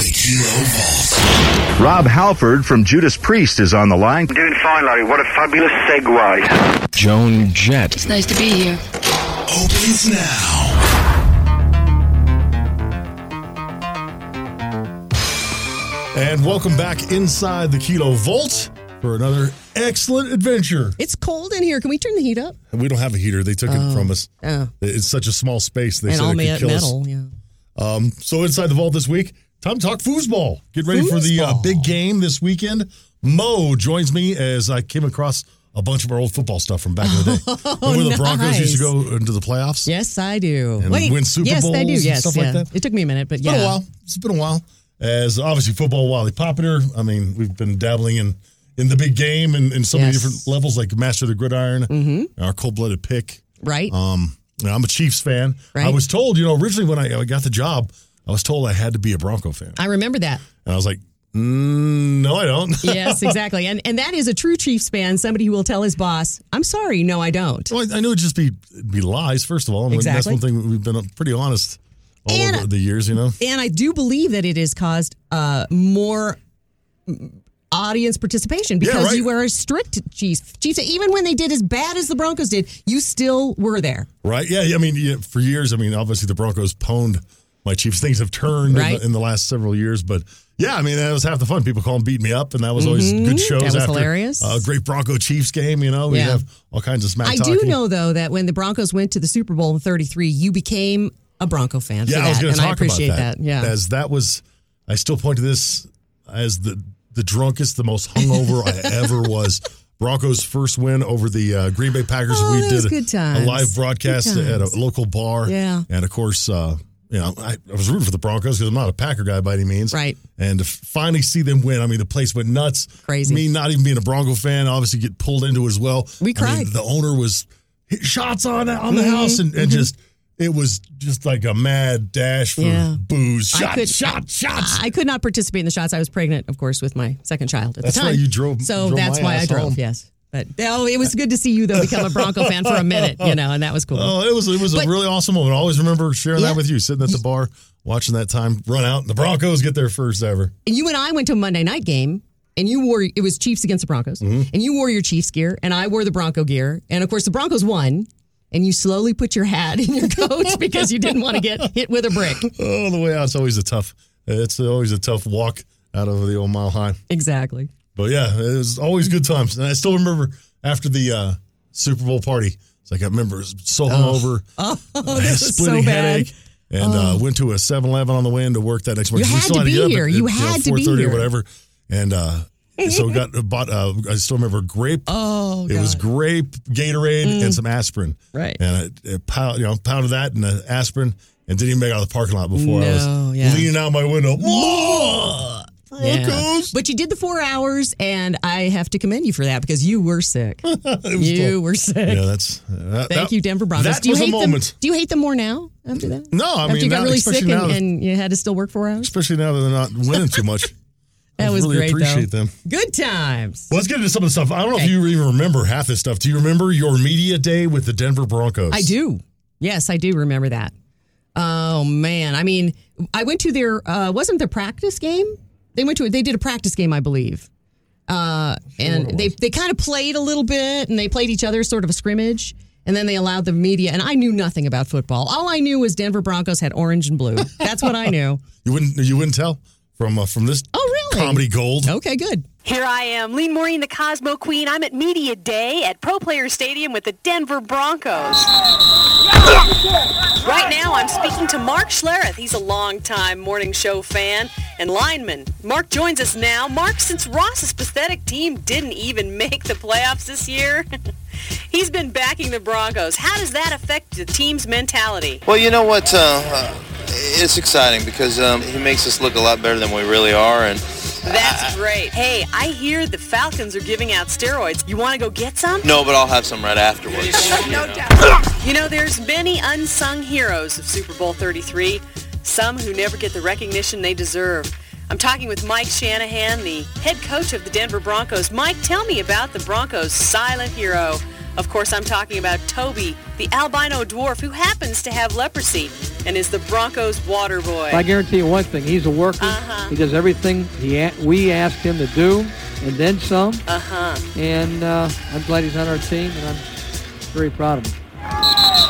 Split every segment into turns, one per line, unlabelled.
Zero Vault.
Rob Halford from Judas Priest is on the line.
Doing fine, Larry. What a fabulous segue.
Joan Jett.
It's nice to be here.
Opens now.
And welcome back inside the Keto Vault for another excellent adventure.
It's cold in here. Can we turn the heat up?
We don't have a heater; they took it from us.
Oh.
It's such a small space. They
and
said
all
it
me-
could kill
metal.
us.
Yeah.
Um, so inside the vault this week, time to talk foosball. Get ready for the uh,
Foosball.
big game this weekend. Mo joins me as I came across a bunch of our old football stuff from back in the day. Remember the Broncos used to
Oh, nice.
go into the playoffs?
Yes, I do.
And win Super
yes, I do.
Bowls and
Yes,
stuff like
yeah.
that?
It took me a minute, but
It's been a
yeah.
while. It's been a while. As obviously football wildly popular. I mean, we've been dabbling in in the big game and in so many
Yes. Mm-hmm.
different levels, like Master of the Gridiron, our cold blooded pick.
Right?
Um, and I'm a Chiefs fan. I
Right.
was told, you know, originally when I, I got the job, I was told I had to be a Bronco fan,
I remember that.
and I was like, mm, no, I don't.
Yes, exactly. And and that is a true Chiefs fan, somebody who will tell his boss, I'm sorry, no, I don't.
Well, I, I knew it'd just be it'd be lies, first of all. And that's
Exactly.
one thing we've been uh, pretty honest all
And-
over the years, you know.
And I do believe that it has caused uh, more mm, audience participation because
right.
you were a strict Chiefs. Chiefs, even when they did as bad as the Broncos did, you still were there.
Right? Yeah. yeah, I mean, yeah, for years, I mean, obviously the Broncos pwned my Chiefs. Things have turned in,
Right.
the, in the last several years, but yeah, I mean, that was half the fun. People call them beat me up, and that was always good shows.
Mm-hmm. That was
after
hilarious.
A great Bronco Chiefs game, you know. We
Yeah.
have all kinds of smack
I
talking.
do know though that when the Broncos went to the Super Bowl in 33, you became a Bronco fan. for
Yeah,
that,
I was going
and
to talk
I appreciate
about that.
that. Yeah.
As that was, I still point to this as the the drunkest, the most hungover I ever was. Broncos' first win over the uh, Green Bay Packers.
Oh,
we
that
did
was
a,
good times.
a live broadcast
Good
at a
times.
local bar.
Yeah.
And of course, uh, you know, I, I was rooting for the Broncos because I'm not a Packer guy by any means.
Right.
And to finally see them win, I mean, the place went nuts.
Crazy.
Me not even being a Bronco fan, obviously get pulled into as well. I
We
mean,
cried. Mm-hmm.
the owner was hit shots on on the house and, and just it was just like a mad dash for
Yeah.
booze.
I
Shot,
could-
shot, shots.
I could not participate in the shots. I was pregnant, of course, with my second child at
That's
the
why
time.
you drove-
So
drove
that's
my
why I
ass
drove.
home.
Yes, but oh, it was good to see you though become a Bronco fan for a minute, you know, and that was cool.
Oh, it was it was
But-
a really awesome moment. I always remember sharing
Yeah.
that with you, sitting at the bar, watching that time run out, and the Broncos get their first ever.
And you and I went to a Monday night game. And you wore it was Chiefs against the Broncos,
Mm-hmm.
and you wore your Chiefs gear, and I wore the Bronco gear, and of course the Broncos won, and you slowly put your hat in your coat because you didn't want to get hit with a brick.
Oh, the way out. It's always a tough. It's always a tough walk out of the old mile high.
Exactly.
But yeah, it was always good times. And I still remember after the uh, Super Bowl party. It's like I remember it was so hungover. Oh, oh
this was so bad. Oh.
And uh, went to a 7 Eleven on the way into work that next morning.
You
'Cause we
had
still
to be
get up
here. You had to be
4:30 or
here.
whatever. And uh, so we got bought, uh, I still remember grape.
Oh, Mm.
It was grape, Gatorade, and some aspirin.
Right.
And I, I pound, you know, pounded that and the aspirin and didn't even make it out of the parking lot before I
No,
was
yeah.
leaning out my window. Whoa!
Yeah.
Broncos!
But you did the four hours, and I have to commend you for that because you were sick. you were sick.
Yeah, that's. uh, that-
Thank
that-
you, Denver Broncos.
That
do you
was
hate
a moment.
Them, do you hate them more now after that?
No, I
after
mean,
you got
now-
really
especially
sick
now
and,
that-
and you had to still work four hours.
Especially now that they're not winning too much.
That was
really
great,
appreciate
though.
them.
Good times.
Well, let's get into some of the stuff. I don't know if
Okay.
you even remember half this stuff. Do you remember your media day with the Denver Broncos?
I do. Yes, I do remember that. Oh man, I mean, I went to their uh, wasn't their practice game. They went to it. They did a practice game, I believe. Uh, and they they kind of played a little bit, and they played each other, sort of a scrimmage. And then they allowed the media, and I knew nothing about football. All I knew was Denver Broncos had orange and blue. That's what I knew.
You wouldn't. You wouldn't tell from uh, from this.
Oh, really?
Comedy gold.
Okay, good.
Here I am, Lean Maureen, the Cosmo Queen. I'm at Media Day at Pro Player Stadium with the Denver Broncos. Right now, I'm speaking to Mark Schlereth. He's a longtime morning show fan and lineman. Mark joins us now. Mark, since Ross's pathetic team didn't even make the playoffs this year, he's been backing the Broncos. How does that affect the team's mentality?
Well, you know what? Uh, uh, it's exciting because um, he makes us look a lot better than we really are, and
That's great. Hey, I hear the Falcons are giving out steroids. You want to go get some?
no, but I'll have some right afterwards.
You know, there's many unsung heroes of Super Bowl 33, some who never get the recognition they deserve. I'm talking with Mike Shanahan, the head coach of the Denver Broncos. Mike, tell me about the Broncos' silent hero. Of course, I'm talking about Toby, the albino dwarf who happens to have leprosy and is the Broncos water boy.
I guarantee you one thing. He's a worker. He does everything he a- we ask him to do, and then some. Uh-huh. And uh, I'm glad he's on our team, and I'm very proud of him.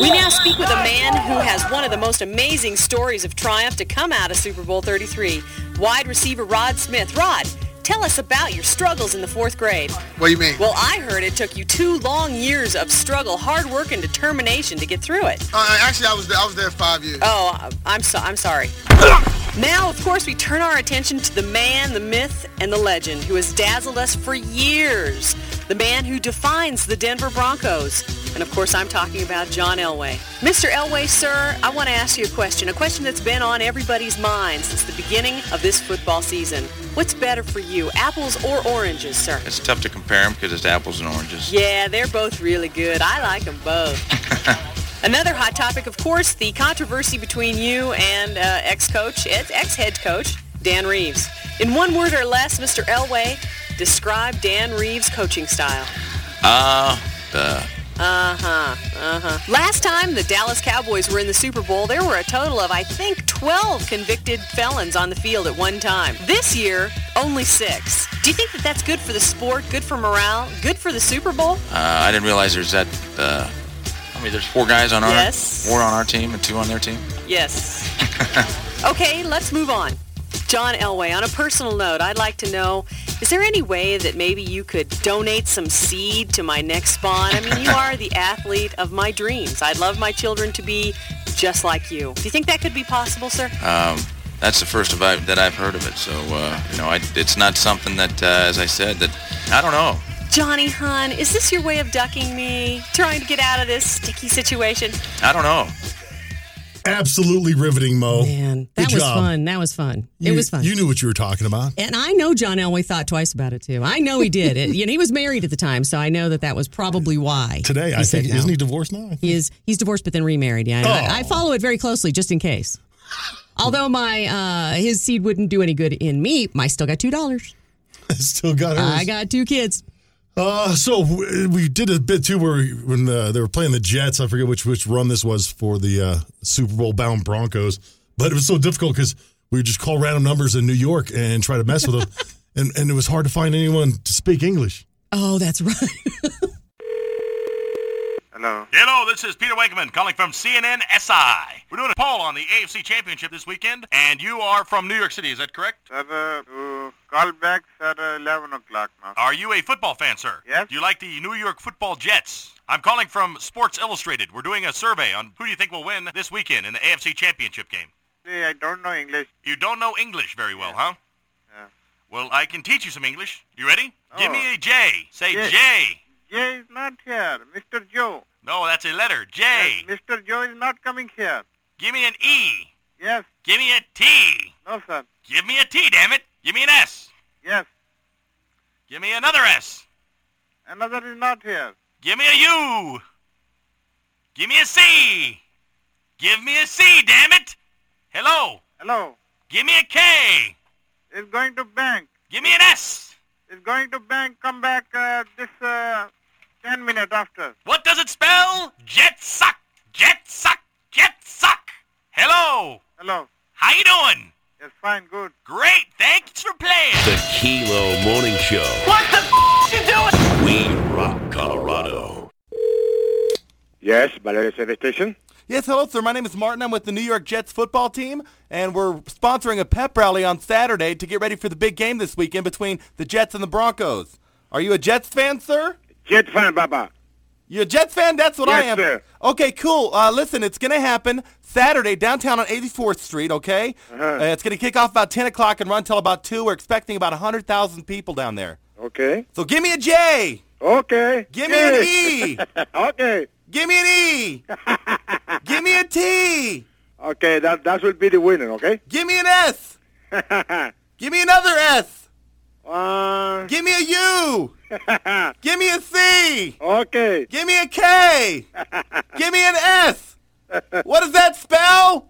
We now speak with a man who has one of the most amazing stories of triumph to come out of Super Bowl 33. Wide receiver Rod Smith. Rod, tell us about your struggles in the fourth grade.
What do you mean?
Well, I heard it took you two long years of struggle, hard work, and determination to get through it.
Uh, actually, I was there, I was there five years.
Oh, I- I'm so I'm sorry. Now, of course, we turn our attention to the man, the myth, and the legend who has dazzled us for years. The man who defines the Denver Broncos. And of course, I'm talking about John Elway. Mr. Elway, sir, I want to ask you a question, a question that's been on everybody's mind since the beginning of this football season. What's better for you, apples or oranges, sir?
It's tough to compare them because it's apples and oranges.
Yeah, they're both really good. I like them both. Another hot topic, of course, the controversy between you and uh, ex-coach, ex- ex-head coach Dan Reeves. In one word or less, Mr. Elway, describe Dan Reeves' coaching style.
Uh, the
Last time the Dallas Cowboys were in the Super Bowl, there were a total of, I think, 12 convicted felons on the field at one time. This year, only six. Do you think that that's good for the sport, good for morale, good for the Super Bowl?
uh, I didn't realize there's that. Uh, I mean, there's four guys on our
Yes.
four on our team and two on their team.
Yes. okay, let's move on. John Elway, on a personal note, I'd like to know, is there any way that maybe you could donate some seed to my next spawn? I mean, you are the athlete of my dreams. I'd love my children to be just like you. Do you think that could be possible, sir?
That's the first of I, that I've heard of it. So uh, you know, I, it's not something that, uh, as I said, that I don't know.
Johnny Hun, is this your way of ducking me? Trying to get out of this sticky situation?
I don't know.
Absolutely riveting, Mo.
Man,
Good
that was
job.
fun. That was fun. it
You-
was fun.
You knew what you were talking about.
and I know John Elway thought twice about it too. I know he did. It, you know, he was married at the time, so I know that that was probably why.
Today,
he
I
said
think,
no.
isn't he divorced now? I think-
He is. He's divorced, but then remarried. Yeah, I know. I, I
Oh.
follow it very closely, just in case. Although my uh, his seed wouldn't do any good in me, I still got two dollars.
Still got hers.
I got two kids.
Uh, so w- we did a bit too where we, when uh, they were playing the Jets, I forget which which run this was for the uh, Super Bowl bound Broncos, but it was so difficult because we would just call random numbers in New York and try to mess with them, and and it was hard to find anyone to speak English.
Oh, that's right.
Hello.
Hello, this is Peter Wakeman calling from CNN SI. We're doing a poll on the AFC Championship this weekend, and you are from New York City, is that correct?
Sir, uh, call back, sir, 11 o'clock now.
Are you a football fan, sir?
Yes.
Do you like the New York football Jets? I'm calling from Sports Illustrated. We're doing a survey on who do you think will win this weekend in the AFC Championship game.
I don't know English.
You don't know English very well, huh?
Yeah.
Well, I can teach you some English. You ready? Give
Oh.
me a J. Say
Yes.
J.
Jay is not here. Mr. Joe.
No, that's a letter. J.
Yes, Mr. Joe is not coming here.
Give me an E.
Yes.
Give me a T.
No, sir.
Give me a T, damn it. Give me an S.
Yes.
Give me another S.
Another is not here.
Give me a U. Give me a C. Give me a C, damn it. Hello.
Hello.
Give me a K.
Is going to bank.
Give me an S.
Is going to bank. Come back uh, this uh, 10 minutes after.
What does it spell? Jet suck. Jet suck. Jet suck. Hello.
Hello.
How you doing?
Yes, fine, good.
Great. Thanks for playing.
The Kilo Morning Show.
What the f- you doing?
We rock Colorado.
Yes, Valeria Service Station.
Yes, hello, sir. My name is Martin. I'm with the New York Jets football team, and we're sponsoring a pep rally on Saturday to get ready for the big game this weekend between the Jets and the Broncos. Are you a Jets fan, sir?
Jet fan, Baba.
You a Jets fan? That's what I
Yes,
am.
sir.
Okay, cool. Uh, listen, it's going to happen Saturday downtown on 84th Street, okay?
Uh-huh.
Uh, it's going to kick off about 10 o'clock and run till about 2. We're expecting about 100,000 people down there.
Okay.
So give me a J.
Okay.
Give me an E.
okay.
Give me an E. give me a T.
Okay, that that will be the winner, okay?
Give me an S. give me another S.
Uh,
Give me a U. give me a C.
okay.
Give me a K. Give me an S. What does that spell?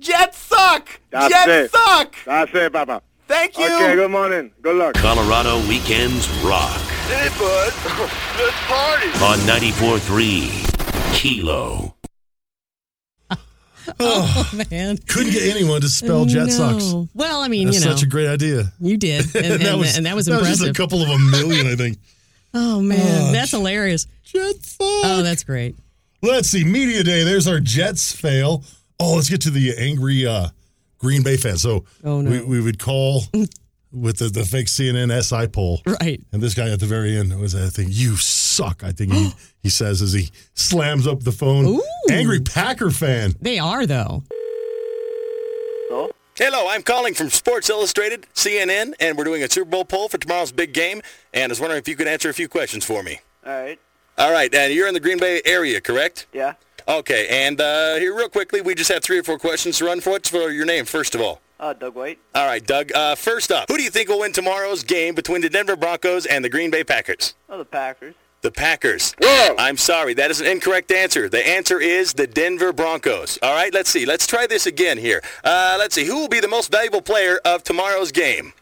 Jets suck.
That's
Jets
it.
suck.
That's it, Papa.
Thank you.
Okay, good morning. Good luck.
Colorado Weekends Rock.
Hey, bud. Let's party.
on 94.3 Kilo.
Oh, man.
Couldn't get anyone to spell Jet Sox.
No. Well, I mean,
That's
you know,
such a great idea.
you did, and, and, and that, was,
just
impressive.
a couple of a million, I think.
oh man,
Oh,
that's hilarious.
Jet Sox.
Oh, that's great.
Let's see. Media Day. There's our Jets fail. Oh, let's get to the angry uh, Green Bay fan. So
Oh, no.
we, we would call with the, the fake CNN SI poll.
Right.
And this guy at the very end was, I think, you suck. I think he, he says as he slams up the phone.
Ooh.
Angry Packer fan.
They are though.
Hello, I'm calling from Sports Illustrated, CNN, and we're doing a Super Bowl poll for tomorrow's big game. And I was wondering if you could answer a few questions for me.
All right.
All right, and you're in the Green Bay area, correct?
Yeah.
Okay, and uh, here real quickly, we just have three or four questions to run for. What's for your name, first of all?
Uh, Doug White.
All right, Doug. Uh, first up, who do you think will win tomorrow's game between the Denver Broncos and the Green Bay Packers?
Oh, the Packers.
The Packers.
Whoa.
I'm sorry, that is an incorrect answer. The answer is the Denver Broncos. All right, let's see. Let's try this again here. Uh, let's see. Who will be the most valuable player of tomorrow's game?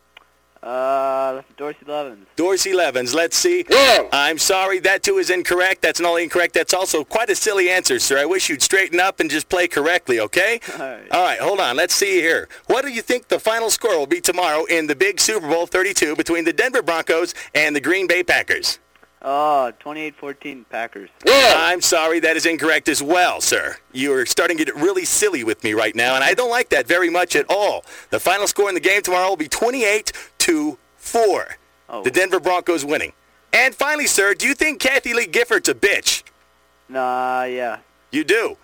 Uh, Dorsey Levens.
Dorsey Levens. Let's see.
Whoa.
I'm sorry, that too is incorrect. That's not only incorrect, that's also quite a silly answer, sir. I wish you'd straighten up and just play correctly, okay? All
right.
All right, hold on. Let's see here. What do you think the final score will be tomorrow in the big Super Bowl 32 between the Denver Broncos and the Green Bay Packers?
Oh, 28-14 Packers.
I'm sorry, that is incorrect as well, sir. You're starting to get really silly with me right now, and I don't like that very much at all. The final score in the game tomorrow will be 28 to 4.
Oh.
The Denver Broncos winning. And finally, sir, do you think Kathy Lee Gifford's a bitch?
Nah, yeah.
You do.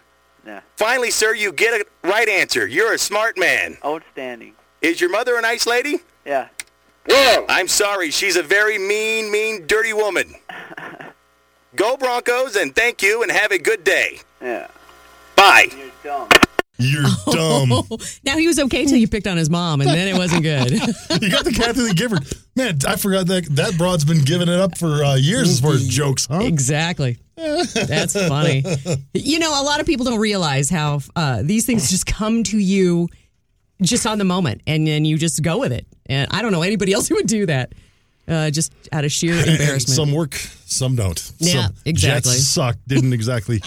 Yeah.
Finally, sir, you get a right answer. You're a smart man.
Outstanding.
Is your mother a nice lady?
Yeah.
I'm sorry, she's a very mean, mean, dirty woman. Go Broncos, and thank you, and have a good day.
Yeah.
Bye.
You're dumb.
You're dumb.
now he was okay till you picked on his mom, and then it wasn't good.
You got the Kathy Lee Gifford. Man, I forgot that that broad's been giving it up for uh, years as far as jokes, huh?
Exactly. That's funny. You know, a lot of people don't realize how uh, these things just come to you just on the moment, and then you just go with it. And I don't know anybody else who would do that, uh, just out of sheer
And
embarrassment.
some work, some don't.
Yeah,
some
exactly.
Jets suck. Didn't exactly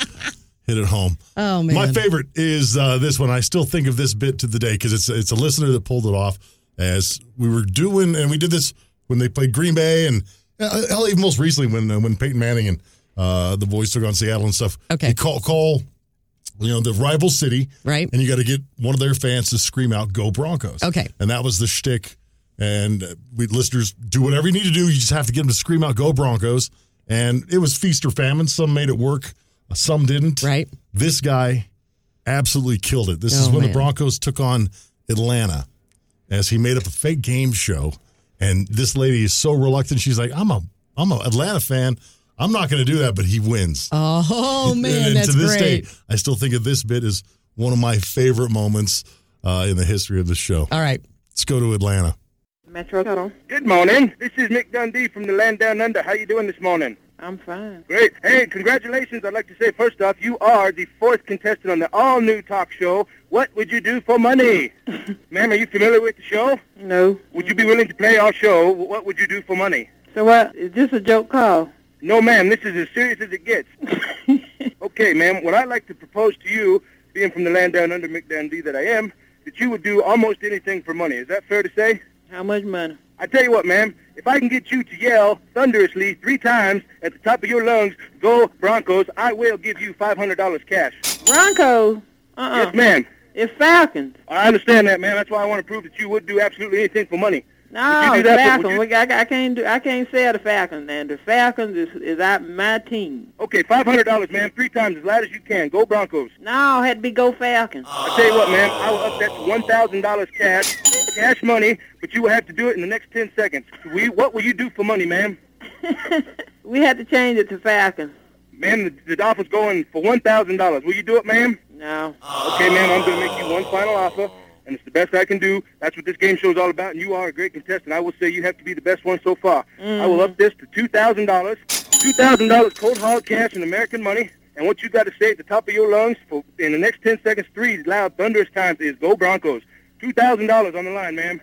hit it home.
Oh, man.
My favorite is uh, this one. I still think of this bit to the day because it's it's a listener that pulled it off as we were doing, and we did this when they played Green Bay and uh, hell, even most recently when uh, when Peyton Manning and uh, the boys took on Seattle and stuff.
Okay.
you call call. You know the rival city,
Right.
And you got to get one of their fans to scream out "Go Broncos!"
Okay.
and that was the shtick. And uh, we listeners do whatever you need to do. You just have to get them to scream out "Go Broncos!" And it was feast or famine. Some made it work, some didn't.
Right.
This guy absolutely killed it. This is
Oh,
when
man.
the Broncos took on Atlanta, as he made up a fake game show. And this lady is so reluctant. She's like, "I'm a I'm a Atlanta fan. I'm not going to do that." But he wins.
oh
And-
man,
and
that's
to this
great.
day, I still think of this bit as one of my favorite moments uh, in the history of the show.
All right.
Let's go to Atlanta.
Metro Tunnel.
Good morning. This is Mick Dundee from the land down under. How you doing this morning?
I'm fine.
Great. Hey, congratulations. I'd like to say first off, you are the fourth contestant on the all-new talk show, What Would You Do for Money? Ma'am, are you familiar with the show?
No.
Would you be willing to play our show, What Would You Do for Money?
So what? Is this a joke call?
No, ma'am, this is as serious as it gets. okay, ma'am, what I'd like to propose to you, being from the land down under McDundee that I am, that you would do almost anything for money. Is that fair to say?
How much money?
I tell you what, ma'am, if I can get you to yell thunderously three times at the top of your lungs, go Broncos, I will give you $500 cash.
Broncos. Uh-uh.
Yes, ma'am.
It's Falcons.
I understand that, ma'am. That's why I want to prove that you would do absolutely anything for money. Would
No,
you
it's
do that, but
Falcons.
would you-
We- I, I can't do. I can't say the Falcons, and the Falcons is is out my team.
Okay, $500, ma'am, three times as loud as you can. Go Broncos.
No, it had to be go Falcons.
I tell you what, ma'am, I will up that to one thousand dollars cash, cash money, but you will have to do it in the next ten seconds. We, what will you do for money, ma'am?
we had to change it to Falcons.
Ma'am, the, the Dolphins going for one thousand dollars. Will you do it, ma'am?
No.
Okay, ma'am, I'm gonna make you one final offer, and it's the best I can do. That's what this game show is all about, and you are a great contestant. I will say you have to be the best one so far. I will up this to two thousand dollars, two thousand dollars cold hard cash in American money. And what you got to say at the top of your lungs for in the next ten seconds, three loud thunderous times is "Go Broncos." Two thousand dollars on the line, ma'am.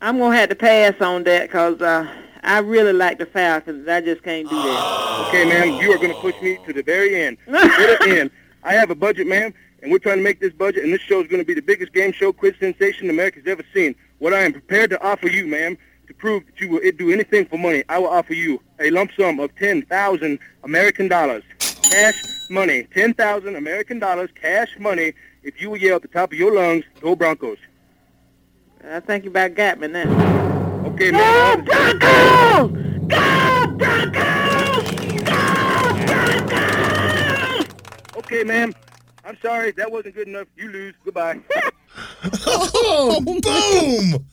I'm gonna have to pass on that because uh, I really like the Falcons. I just can't do that.
Okay, ma'am, you are going to push me to the very end. To the bitter end. I have a budget, ma'am, and we're trying to make this budget, and this show is going to be the biggest game show quiz sensation America's ever seen. What I am prepared to offer you, ma'am, to prove that you will do anything for money, I will offer you a lump sum of 10,000 American dollars, cash money, 10,000 American dollars, cash money, if you will yell at the top of your lungs, go Broncos.
I think you about got me now.
Okay, ma'am. Okay, ma'am. I'm sorry, that wasn't good enough. You lose. Goodbye.
Oh,
boom!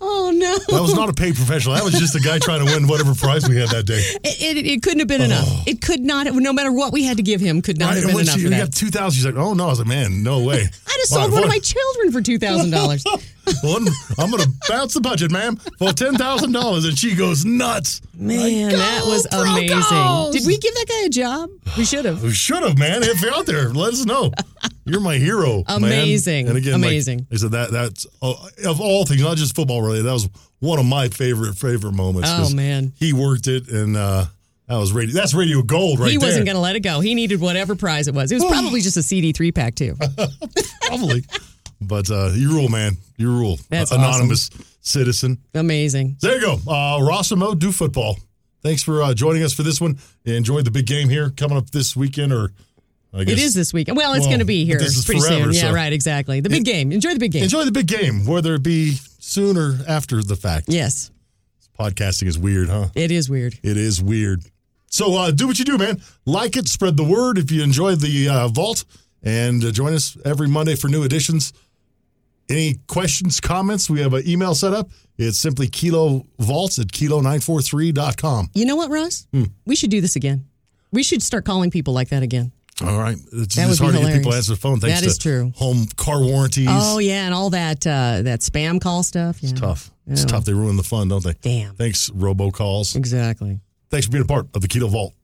Oh no!
That was not a paid professional. That was just a guy trying to win whatever prize we had that day.
It, it, it couldn't have been enough. It could not. No matter what we had to give him, could
Oh.
not
Right,
have
and
been
when
enough.
she,
for
we
that.
got two thousand. She's like, "Oh no!" I was like, "Man, no way."
I'd have sold one of my children for two thousand dollars.
One, I'm gonna bounce the budget, ma'am, for ten thousand dollars, and she goes nuts.
Man, that was amazing. Did we give that guy a job? We should have.
We should have, man. If you're out there, let us know. You're my hero. man.
Amazing.
And again, like
Amazing.
I said that that's uh, of all things, not just football related. That was one of my favorite favorite moments.
Oh,
'cause
man.
he worked it, and uh, that was radio. That's radio gold, right
he
there.
wasn't going to let it go. He needed whatever prize it was. It was probably just a CD three pack too.
probably. But uh, you rule, man. You rule.
That's
anonymous citizen.
Amazing.
There you go. Uh, Rossimo, do football. Thanks for uh, joining us for this one. Enjoy the big game here coming up this weekend, or I guess
It is this week. Well, it's
Well,
going to be
but
here
this is
pretty
forever,
soon. Yeah,
so-
right. Exactly. The big game. Enjoy the big game.
Enjoy the big game, whether it be soon or after the fact.
Yes,
Podcasting is weird, huh?
it is weird.
It is weird. So uh, do what you do, man. Like it, spread the word if you enjoy the uh, vault, and uh, join us every Monday for new editions. Any questions, comments? We have an email set up. It's simply kilo vaults at kilo943.com.
You know what, Ross?
Hmm.
We should do this again. We should start calling people like that again.
All right. It's
That
just hard
would be
to get people to answer
hilarious.
the phone. Thanks
That is
to
true.
home car warranties.
Oh yeah, and all that uh, that spam call stuff. Yeah.
It's tough. It's
Yeah.
tough. They ruin the fun, don't they?
Damn.
Thanks, robocalls.
Exactly.
Thanks for being a part of the Keto Vault.